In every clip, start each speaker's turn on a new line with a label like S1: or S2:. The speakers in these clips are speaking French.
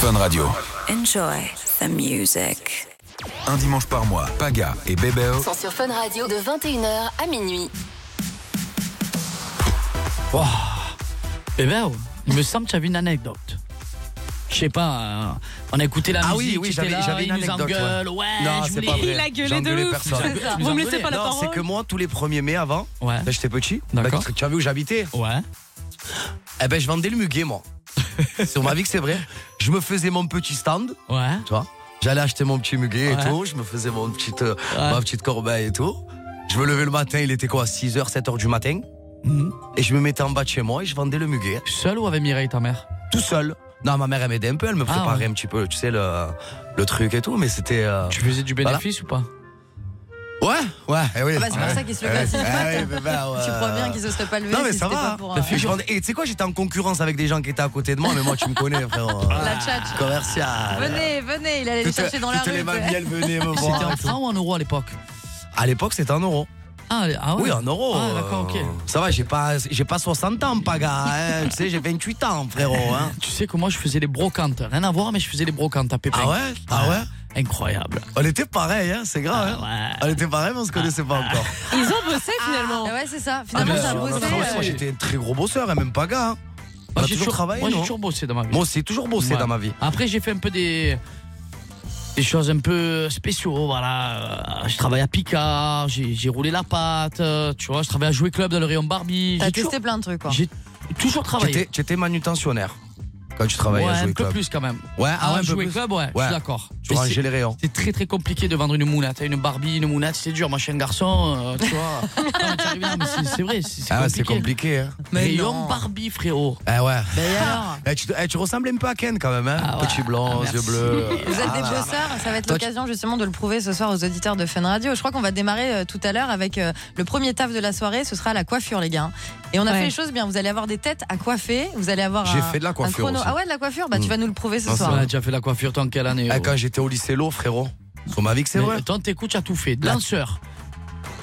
S1: Fun Radio.
S2: Enjoy the music.
S1: Un dimanche par mois, Paga et Bébéo
S3: sont sur Fun Radio de 21h à minuit.
S4: Wow. Bébert, Eh ben, il me semble que tu avais une anecdote. Je sais pas, euh, on a écouté la
S5: Ah
S4: musique,
S5: oui, oui,
S4: t'étais
S5: j'avais-
S4: là,
S5: j'avais une
S4: il nous
S5: anecdote,
S4: engueule, ouais,
S5: Non,
S4: je
S5: c'est
S4: voulais-
S5: pas vrai.
S6: Il a gueulé
S5: J'ai engueulé
S6: de ouf.
S5: personne.
S6: C'est ça.
S4: Vous
S6: Vous
S4: nous
S6: me laissez
S4: engueulez.
S6: pas la
S5: Non, c'est
S6: parole.
S5: que moi, tous les 1er mai avant,
S4: Ouais.
S5: ben, j'étais petit.
S4: D'accord.
S5: Ben, tu as vu où j'habitais
S4: Ouais.
S5: Eh ben, je vendais le muguet, moi. Sur ma vie que c'est vrai. Je me faisais mon petit stand,
S4: Ouais.
S5: tu vois. J'allais acheter mon petit muguet
S4: Ouais.
S5: et tout. Je me faisais mon petite, euh, ma petite corbeille et tout. Je me levais le matin, il était quoi 6h, 7h du matin.
S4: Mhm.
S5: Et je me mettais en bas de chez moi et je vendais le muguet.
S4: Seul ou avec Mireille, ta mère
S5: Tout seul. Non, ma mère, elle m'aidait un peu. Elle me
S4: Ah,
S5: préparait
S4: ouais.
S5: un petit peu, tu sais, le, le truc et tout. Mais c'était. euh,
S4: Tu faisais du
S5: Voilà.
S4: bénéfice ou pas
S5: Ouais, ouais. eh oui.
S6: bah, c'est pour ça qu'il se le casse.
S5: Ouais, ouais, bah, bah, ouais.
S6: Tu crois bien qu'ils osent pas lever
S5: Non, mais
S6: si
S5: ça
S6: c'était
S5: va.
S6: pas pour,
S5: Et
S6: euh,
S5: je vendais- Et tu sais quoi, j'étais en concurrence avec des gens qui étaient à côté de moi, mais moi, tu me connais, frérot.
S6: La tchatche.
S5: Commercial.
S6: Venez, venez, il allait les
S5: Toutes-
S6: chercher dans la
S5: toutes
S6: rue.
S5: les mamies, elles venaient me
S4: C'était
S5: voir.
S4: en francs ou Ah, en euros à l'époque
S5: À l'époque, c'était en euros.
S4: ah, ah ouais
S5: Oui, en euros.
S4: Ah, d'accord, ok.
S5: euh, Ça va, j'ai pas, j'ai pas 60 ans, Paga. hein. tu sais, j'ai 28 ans, frérot. hein.
S4: Tu sais que moi, je faisais les brocantes. Rien à voir, mais je faisais les brocantes à Pépin.
S5: Ah ouais Ah ouais
S4: Incroyable.
S5: On était pareil, hein, c'est grave. hein.
S4: Ah
S5: On était pareil, mais on se connaissait pas encore.
S6: Ils ont bossé finalement.
S5: Ah,
S6: ouais, c'est ça. Finalement,
S4: mais
S6: Ah. ça a
S4: on a
S6: bossé.
S4: travaillé,
S5: Moi,
S6: euh,
S5: j'étais un très gros bosseur, hein, même Paga. hein. On a
S4: Moi,
S5: toujours travaillé,
S4: Moi, j'ai
S5: non
S4: toujours bossé dans ma vie.
S5: Moi aussi, toujours bossé
S4: Ouais.
S5: dans ma vie.
S4: Après, j'ai fait un peu des. Des choses un peu spéciaux, voilà. Euh, Je travaille à Picard, j'ai j'ai roulé la patte, euh, tu vois, je travaille à Jouer Club dans le rayon Barbie.
S6: T'as
S4: J'ai toujours,
S6: testé plein de trucs quoi.
S4: j'ai toujours travaillé.
S5: Tu étais manutentionnaire quand tu travaillais
S4: Ouais,
S5: à
S4: un
S5: Jouer
S4: peu
S5: Club.
S4: plus quand même.
S5: Ouais, ah ouais,
S4: à
S5: un peu
S4: Jouer
S5: plus.
S4: Club, ouais, je
S5: Ouais.
S4: suis d'accord.
S5: Tu
S4: Mais
S5: rangeais
S4: c'est-
S5: les rayons.
S4: C'est très très compliqué de vendre une mounette. Une Barbie, une mounette, c'est dur. Moi, je suis un garçon, euh, tu vois. Non, t'y arrives, non, mais c'est- c'est vrai, c'est c'est
S5: Ah, c'est
S4: compliqué.
S5: compliqué. Hein.
S6: Mais
S4: Rayon
S6: non.
S4: Barbie, frérot.
S5: Eh ouais.
S6: Et alors
S5: Eh, tu, eh, tu ressembles un peu à Ken quand même, hein
S4: Ah ouais.
S5: Petit blanc,
S4: Ah,
S5: yeux
S4: merci.
S5: bleus.
S6: Vous êtes des
S5: Ah.
S6: bosseurs, ça va être
S5: Toi, tu-
S6: l'occasion justement de le prouver ce soir aux auditeurs de Fun Radio. Je crois qu'on va démarrer euh, tout à l'heure avec euh, le premier taf de la soirée, ce sera la coiffure les gars. Et on a
S7: Ouais.
S6: fait les choses bien, vous allez avoir des têtes à coiffer, vous allez avoir
S5: J'ai
S6: un-
S5: fait de la
S6: un
S5: coiffure
S6: chrono.
S5: aussi.
S6: Ah ouais, de la coiffure, bah tu
S5: Mm.
S6: vas nous le prouver ce
S5: Non,
S6: soir.
S4: Ouais, tu as fait la coiffure tant quelle année
S5: Eh,
S4: oh.
S5: quand j'étais au lycée Lowe, frérot. Sur ma vie que c'est
S4: Mais
S5: vrai.
S4: Tant t'écoutes, tu as tout fait.
S5: La-
S4: Danseur.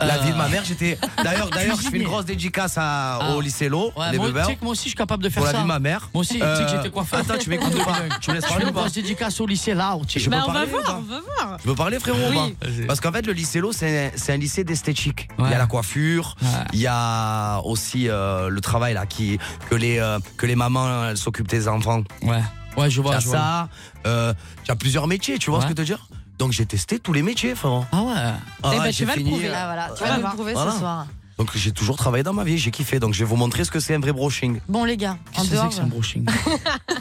S5: La
S4: Euh,
S5: vie de ma mère, j'étais. D'ailleurs, d'ailleurs, je fais une
S4: Cuisinier.
S5: grosse dédicace à-
S4: Ah.
S5: au lycée Lowe,
S4: Ouais,
S5: les
S4: moi,
S5: bébés.
S4: tu sais que moi aussi, je suis capable de faire
S5: Pour la
S4: ça.
S5: vie de ma mère. Euh,
S4: Moi aussi, tu sais que j'étais coiffeur.
S5: Attends, tu m'écoutes pas. Tu me laisses
S4: Je fais
S5: parler
S4: une
S5: ou pas
S4: grosse dédicace au lycée là, tu sais.
S5: Je peux
S7: Bah, on va
S5: parler ou pas
S7: voir, on va voir.
S5: Je veux parler, frérot, ou pas
S7: Oui.
S5: Parce qu'en fait, le lycée Lowe, c'est c'est un lycée d'esthétique. Il
S4: Ouais.
S5: y a la coiffure,
S4: Ouais.
S5: il y a aussi euh, le travail là, qui, que, les, euh, que les mamans elles s'occupent des enfants.
S4: Ouais, ouais, je
S5: Il y
S4: vois,
S5: a
S4: je vois.
S5: ça, euh, il y a plusieurs métiers, tu vois
S4: Ouais.
S5: ce que je veux te dire Donc j'ai testé tous les métiers, frérot.
S4: Ah ouais.
S5: Ah
S7: Eh ben,
S5: ouais,
S7: tu
S5: j'ai
S7: vas le
S5: fini,
S7: prouver,
S5: euh,
S6: Là, voilà, tu
S7: Voilà.
S6: vas nous le prouver
S5: Voilà.
S6: ce soir.
S5: Donc j'ai toujours travaillé dans ma vie, j'ai kiffé. Donc je vais vous montrer ce que c'est un vrai brushing.
S6: Bon les gars, en
S4: Qu'est-ce que c'est
S6: dehors. euh,
S4: que c'est un brushing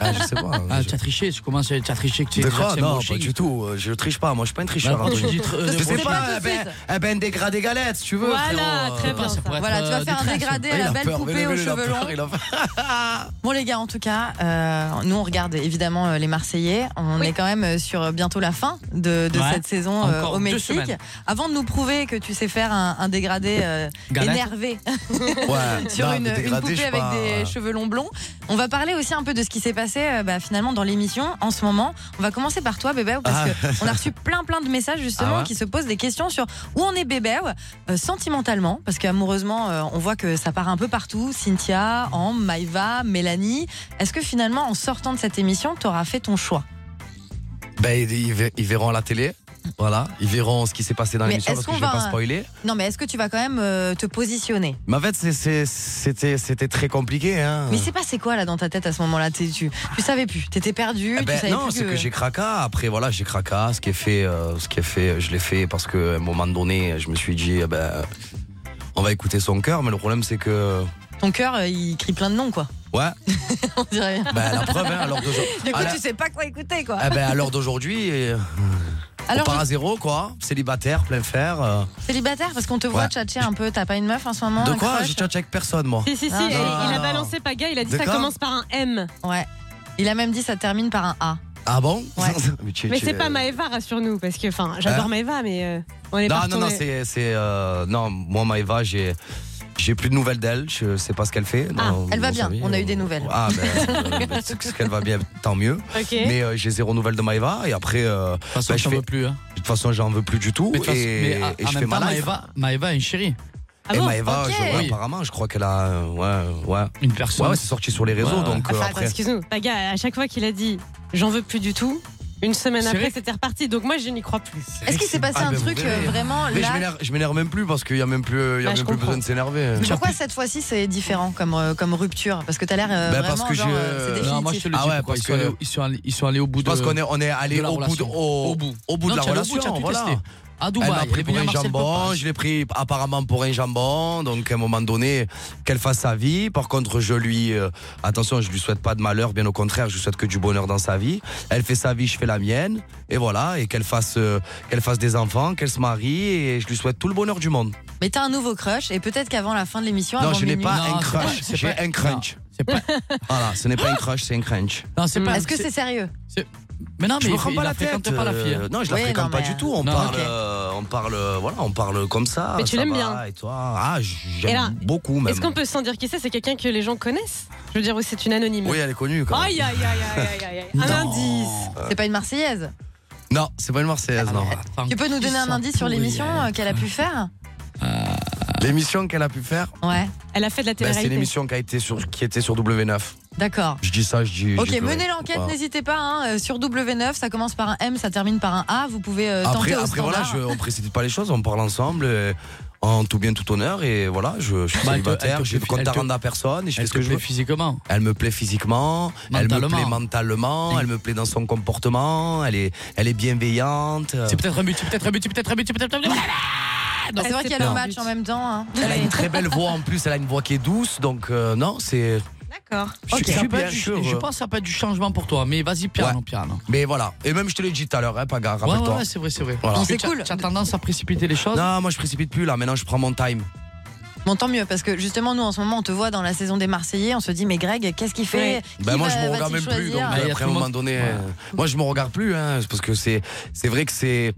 S5: Ah, je sais pas.
S4: Ah,
S5: je-
S4: t'as triché, tu commences à t'as triché que tu
S5: De
S4: que
S5: quoi
S4: c'est un
S5: Non, pas
S4: brushing.
S5: du tout. euh, Je triche pas. Moi, je suis pas un
S4: Bah,
S5: tricheur.
S4: pourquoi tu
S5: Anthony.
S4: dis tr- euh,
S5: Je sais
S4: brushing
S5: pas.
S6: pas
S5: Eh
S6: tout de
S5: ben,
S6: suite.
S5: eh ben, dégradé galette, si tu veux.
S7: Voilà,
S5: frérot.
S7: très
S4: Bah,
S7: bien.
S4: ça
S7: ça.
S4: pourrait
S6: Voilà,
S4: être,
S6: tu vas
S4: euh,
S6: faire un
S4: décréation.
S6: dégradé à
S5: Ah, Il
S6: la
S5: a
S6: belle
S5: peur,
S6: poupée
S5: mais
S6: aux
S5: il a
S6: cheveux
S5: peur,
S6: longs.
S5: il a peur.
S6: Bon les gars, en tout cas, euh, nous on regarde évidemment euh, les Marseillais. On
S7: Oui.
S6: est quand même euh, sur euh, bientôt la fin de, de
S4: Ouais.
S6: cette saison euh,
S4: Encore
S6: au
S4: deux
S6: Mexique.
S4: semaines.
S6: Avant de nous prouver que tu sais faire un, un dégradé euh,
S4: Galette.
S6: énervé
S5: Ouais,
S6: sur
S5: non,
S6: une,
S5: mais
S6: une
S5: dégradé, je euh.
S6: poupée
S5: sais
S6: avec
S5: pas.
S6: des cheveux longs blonds, on va parler aussi un peu de ce qui s'est passé euh, bah, finalement dans l'émission en ce moment. On va commencer par toi bébé parce qu'on a reçu plein plein de messages justement
S5: Ah ouais
S6: qui se posent des questions sur où on est bébé euh, sentimentalement parce qu'amoureusement euh, on voit que ça part un peu partout. Cynthia, Ambre, Maïva, Mélanie. Est-ce que finalement en sortant de cette émission, t'auras fait ton choix
S5: Ben, ils, ils ver- ils verront à la télé. Voilà, ils verront ce qui s'est passé dans
S6: Mais
S5: l'émission parce
S6: est-ce
S5: que
S6: qu'on
S5: je vais
S6: va-
S5: pas spoiler.
S6: Non mais est-ce que tu vas quand même euh, te positionner
S5: Mais en fait, c'est- c'est- c'était c'était très compliqué. Hein.
S6: Mais c'est passé quoi là dans ta tête à ce moment-là T'es- tu, tu savais plus, t'étais perdu,
S5: Eh ben,
S6: tu savais
S5: non,
S6: plus
S5: c'est que, j'ai craqué. Après, voilà, j'ai craqué. Ce qui est fait, euh, ce qui est fait, je l'ai fait parce que à un moment donné, je me suis dit, eh ben, on va écouter son cœur. Mais le problème, c'est que,
S6: ton cœur euh, il crie plein de noms quoi.
S5: ouais,
S6: On dirait.
S5: ben, la preuve, hein, à l'heure d'aujourd'hui-
S6: Du coup,
S5: à la-
S6: tu sais pas quoi écouter, quoi.
S5: eh ben, à l'heure d'aujourd'hui, euh, on
S6: Alors,
S5: part à zéro, quoi. Célibataire, plein fer. euh.
S6: célibataire, parce qu'on te voit
S5: Ouais.
S6: tchatcher un peu. T'as pas une meuf en ce moment
S5: De
S6: un
S5: quoi
S6: crush
S5: J'ai chatché avec personne, moi.
S7: Si, si, si,
S6: Ah,
S7: et
S5: non, non,
S7: il a
S5: non.
S7: balancé Paga, il a dit
S5: De
S7: ça
S5: quoi
S7: commence par un M.
S6: Ouais. Il a même dit ça termine par un A.
S5: Ah bon
S6: Ouais.
S5: Mais, tu-
S7: Mais
S5: tu-
S7: c'est pas Maeva, rassure-nous, parce que, enfin, j'adore
S5: Hein
S7: Maeva, mais euh, on est
S5: Non,
S7: pas
S5: non, non, c'est. c'est, euh, non, moi, Maëva, j'ai. J'ai plus de nouvelles d'elle, je sais pas ce qu'elle fait.
S7: Ah,
S5: dans-
S6: elle va
S5: dans sa
S6: bien, on a eu des nouvelles.
S5: Ah, ben, euh, c'est qu'elle va bien, tant mieux.
S7: Ok.
S5: Mais euh, j'ai zéro nouvelle de Maëva, et après, euh,
S4: De toute façon,
S5: Bah, je
S4: je t'en
S5: fais-
S4: veux plus. hein.
S5: de toute façon, j'en veux plus du tout.
S4: Mais de toute façon-
S5: et
S4: mais à-
S5: et
S4: en
S5: je
S4: même
S5: fais
S4: temps,
S5: ma life.
S4: Maëva, Maëva est une chérie.
S7: Ah
S5: et
S7: bon
S5: Maëva,
S6: Ok.
S5: je- ouais,
S4: Oui.
S5: apparemment, je crois qu'elle a. euh, Ouais, ouais.
S4: Une
S5: Ouais,
S4: personne.
S5: ouais, c'est sorti sur les réseaux,
S4: Ouais, ouais.
S5: donc euh,
S7: Enfin, attends,
S5: après.
S7: excuse-nous, Paga, à chaque fois qu'il a dit j'en veux plus du tout. Une semaine
S4: C'est
S7: après,
S4: vrai
S7: c'était reparti. Donc moi, je n'y crois plus.
S6: Est-ce qu'il s'est passé
S5: Ah,
S6: un
S5: ben, vous
S6: truc
S5: verrez.
S6: euh, vraiment
S5: Mais je
S6: là Bah,
S5: m'énerve- je m'énerve même plus parce qu'il n'y a même plus, il y a
S7: Ah, je
S5: même plus
S7: comprends.
S5: besoin de s'énerver.
S6: Mais pourquoi cette fois-ci c'est différent comme, euh, comme rupture Parce que t'as l'air euh,
S5: Bah, parce
S6: vraiment
S5: que
S6: genre
S5: j'ai,
S6: euh, c'est
S5: euh,
S6: définitif.
S4: Non, moi je te le dis,
S5: Ah ouais,
S4: pourquoi,
S5: parce
S4: ils, sont allés,
S5: que-
S4: ils, sont allés, ils sont allés au bout de.
S5: Parce qu'on est, on est allé
S4: de la
S5: au, bout de,
S4: relation.
S5: au,
S4: Au bout.
S5: au bout de
S4: Non,
S5: la
S4: tu es allé au
S5: relation.
S4: bout, tu as tout
S5: voilà.
S4: testé. À
S5: Elle
S4: Dubaï,
S5: m'a pris
S4: elle est
S5: pour
S4: venue à
S5: un
S4: Marcel
S5: jambon,
S4: Popage.
S5: je l'ai pris apparemment pour un jambon, donc à un moment donné, qu'elle fasse sa vie. Par contre, je lui, euh, attention, je lui souhaite pas de malheur, bien au contraire, je lui souhaite que du bonheur dans sa vie. Elle fait sa vie, je fais la mienne, et voilà, et qu'elle fasse, euh, qu'elle fasse des enfants, qu'elle se marie, et je lui souhaite tout le bonheur du monde.
S6: Mais t'as un nouveau crush et peut-être qu'avant la fin de l'émission,
S5: non,
S6: avant
S5: je n'ai
S6: minuit-
S5: pas
S4: Non,
S5: un
S4: c'est
S5: crush,
S4: pas- c'est
S5: j'ai
S4: pas-
S5: un crunch.
S4: C'est pas.
S5: Voilà, ce n'est pas un crush, c'est un crunch.
S4: Non, c'est pas.
S6: Est-ce que c'est sérieux
S4: Mais non, mais
S5: je me
S4: il-
S5: prends
S4: il
S5: pas
S4: la
S5: la tête.
S4: fréquente pas la fille. hein.
S5: euh, non, je la
S6: Oui,
S5: fréquente
S6: non,
S5: pas
S6: mais,
S5: du tout. On
S4: non,
S5: parle,
S6: ok.
S5: euh, on parle, voilà, on parle comme ça.
S7: Mais tu
S5: ça
S7: l'aimes
S5: va,
S7: bien.
S5: Et toi, ah, j-
S7: Et
S5: j'aime
S7: là,
S5: beaucoup même.
S7: Est-ce qu'on peut s'en dire qui c'est C'est quelqu'un que les gens connaissent Je veux dire, oui, c'est une anonyme.
S5: Oui, elle est connue. Quand même.
S7: Aïe, aïe, aïe, aïe, aïe, aïe, Ah aïe. Un indice.
S6: C'est pas une Marseillaise
S7: Ah
S5: Non, c'est pas une Marseillaise. non.
S4: Attends,
S6: Tu peux nous
S4: ils
S6: donner un
S4: sont
S6: indice sur
S4: pourris,
S6: l'émission
S4: elle.
S6: euh, qu'elle a pu faire
S5: L'émission qu'elle a pu faire,
S6: Ouais,
S7: Elle a fait de la
S5: bah, c'est
S7: télé-réalité.
S5: l'émission qui a été sur, qui était sur W9.
S6: d'accord.
S5: Je dis ça, je dis. je
S6: Ok,
S5: dis que-
S6: menez l'enquête,
S5: Voilà.
S6: n'hésitez pas. hein, euh, sur W9, ça commence par un M, ça termine par un A. Vous pouvez euh, tenter
S5: Après,
S6: au
S5: après voilà,
S6: standard.
S5: je, on précipite pas les choses, on parle ensemble. euh, En tout bien, tout honneur, et voilà, je, je suis
S4: Bah, elle te- elle
S5: célibataire,
S4: te
S5: j'ai le
S4: plaît- elle
S5: compte à
S4: te-
S5: rendre à personne, et je fais
S4: Elle
S5: ce
S4: te
S5: que je
S4: plaît
S5: veux.
S4: physiquement.
S5: Elle me plaît physiquement, elle me
S4: Mentalement.
S5: plaît mentalement, elle me plaît dans son comportement, elle est, elle est bienveillante.
S4: C'est peut-être un but, c'est peut-être un but, c'est peut-être un but, c'est peut-être un but.
S6: Ah, c'est vrai qu'il y a
S7: Non.
S6: le match en même temps. hein.
S5: Elle a une très belle voix en plus, elle a une voix qui est douce, donc euh, non, c'est.
S7: D'accord.
S5: Je,
S4: Ok.
S5: je
S4: Ça
S5: suis
S4: peut
S5: bien
S4: être du-
S5: sûr.
S4: je
S5: euh,
S4: pense que ça peut être du changement pour toi, mais vas-y, piano, piano.
S5: Mais voilà, et même je te l'ai dit tout à l'heure, hein, Paga,
S4: Ouais,
S5: rappelle-toi.
S4: ouais, ouais, c'est vrai, c'est vrai.
S5: Voilà.
S4: Parce que
S6: C'est
S4: t'as-
S6: cool.
S4: T'as tendance à précipiter les choses.
S5: Non, moi je précipite plus là, maintenant je prends mon time.
S6: Bon, tant mieux, parce que justement, nous, en ce moment, on te voit dans la saison des Marseillais, on se dit, mais Greg, qu'est-ce qu'il fait
S7: Ouais.
S6: Qui
S5: Ben moi
S6: va-
S5: je me
S6: va-t-il
S5: regarde même plus,
S4: il y
S5: donc
S6: choisir
S4: a
S5: après
S4: tout
S5: à un
S4: le
S5: moment
S4: monde-
S5: donné,
S4: Ouais.
S5: euh, moi je me regarde plus, hein, c'est parce que c'est, c'est vrai que c'est.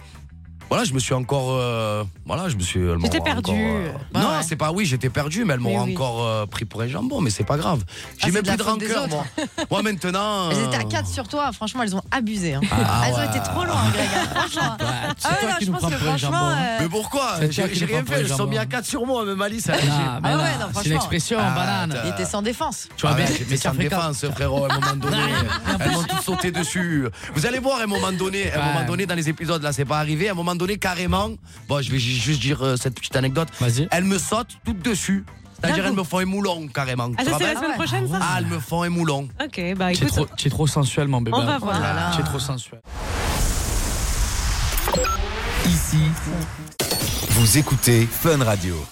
S5: Voilà, je me suis encore. euh, voilà, je me suis. elle
S7: Tu t'es
S5: m'aura
S7: perdu.
S5: encore, euh,
S6: Ouais,
S5: non,
S6: Bah ouais.
S5: c'est pas. Oui, j'étais perdu, mais elle
S7: Mais
S5: m'aura
S7: oui.
S5: encore euh, pris pour un jambon, mais c'est pas grave. J'ai
S6: Ah, c'est
S5: même
S6: de la
S5: plus de
S6: faute des
S5: rancœur, moi. Moi maintenant.
S6: Elles
S5: euh,
S6: étaient à 4 sur toi, franchement, elles ont abusé. hein.
S5: Ah
S6: elles ont
S5: ouais.
S6: été trop loin, Greg, hein, franchement.
S4: Ouais,
S6: Ah
S4: c'est
S6: ouais,
S4: toi
S6: non,
S4: qui
S6: je
S4: nous
S6: pense
S4: prends
S6: que
S4: pour un jambon.
S6: franchement,
S4: hein.
S6: euh,
S5: Mais pourquoi
S4: C'est toi
S5: J'ai
S4: qui
S5: j'ai
S4: nous prends
S5: rien
S4: pour
S5: fait,
S4: les
S5: je sont mis
S4: jambons.
S5: à 4 sur moi, même Alice. elle-
S4: Non, mais
S6: Ah ouais,
S4: non,
S6: non,
S4: c'est
S6: franchement.
S4: une expression,
S5: Ah,
S4: banane.
S5: t'as- Ah
S6: il était Bah, sans défense.
S4: Tu vois, mais, mais
S5: j'étais
S4: ça
S5: sans
S4: fait quand-
S5: défense, frérot, à un moment donné.
S4: Ah,
S5: Elles m'ont toutes sauté dessus. Vous allez voir, à un moment donné, à un
S4: Ouais.
S5: moment donné, dans les épisodes, là, c'est pas arrivé. À un moment donné, carrément, bon, je vais ju- juste dire euh, cette petite anecdote.
S4: Vas-y.
S5: Elles me sautent toutes dessus. C'est-à-dire,
S7: D'un
S5: elles
S7: coup.
S5: me font un moulon, carrément.
S7: Ah,
S5: Tu te
S7: ça, c'est la
S5: rappelles
S7: semaine
S6: ouais.
S7: prochaine, ça
S5: Ah, elles me font un moulon.
S7: Ok, bah
S4: Tu es
S7: écoute.
S4: trop, t'es trop sensuel, mon bébé.
S7: On va voir.
S6: Oh là là.
S4: Tu es trop sensuel.
S1: Ici, vous écoutez Fun Radio.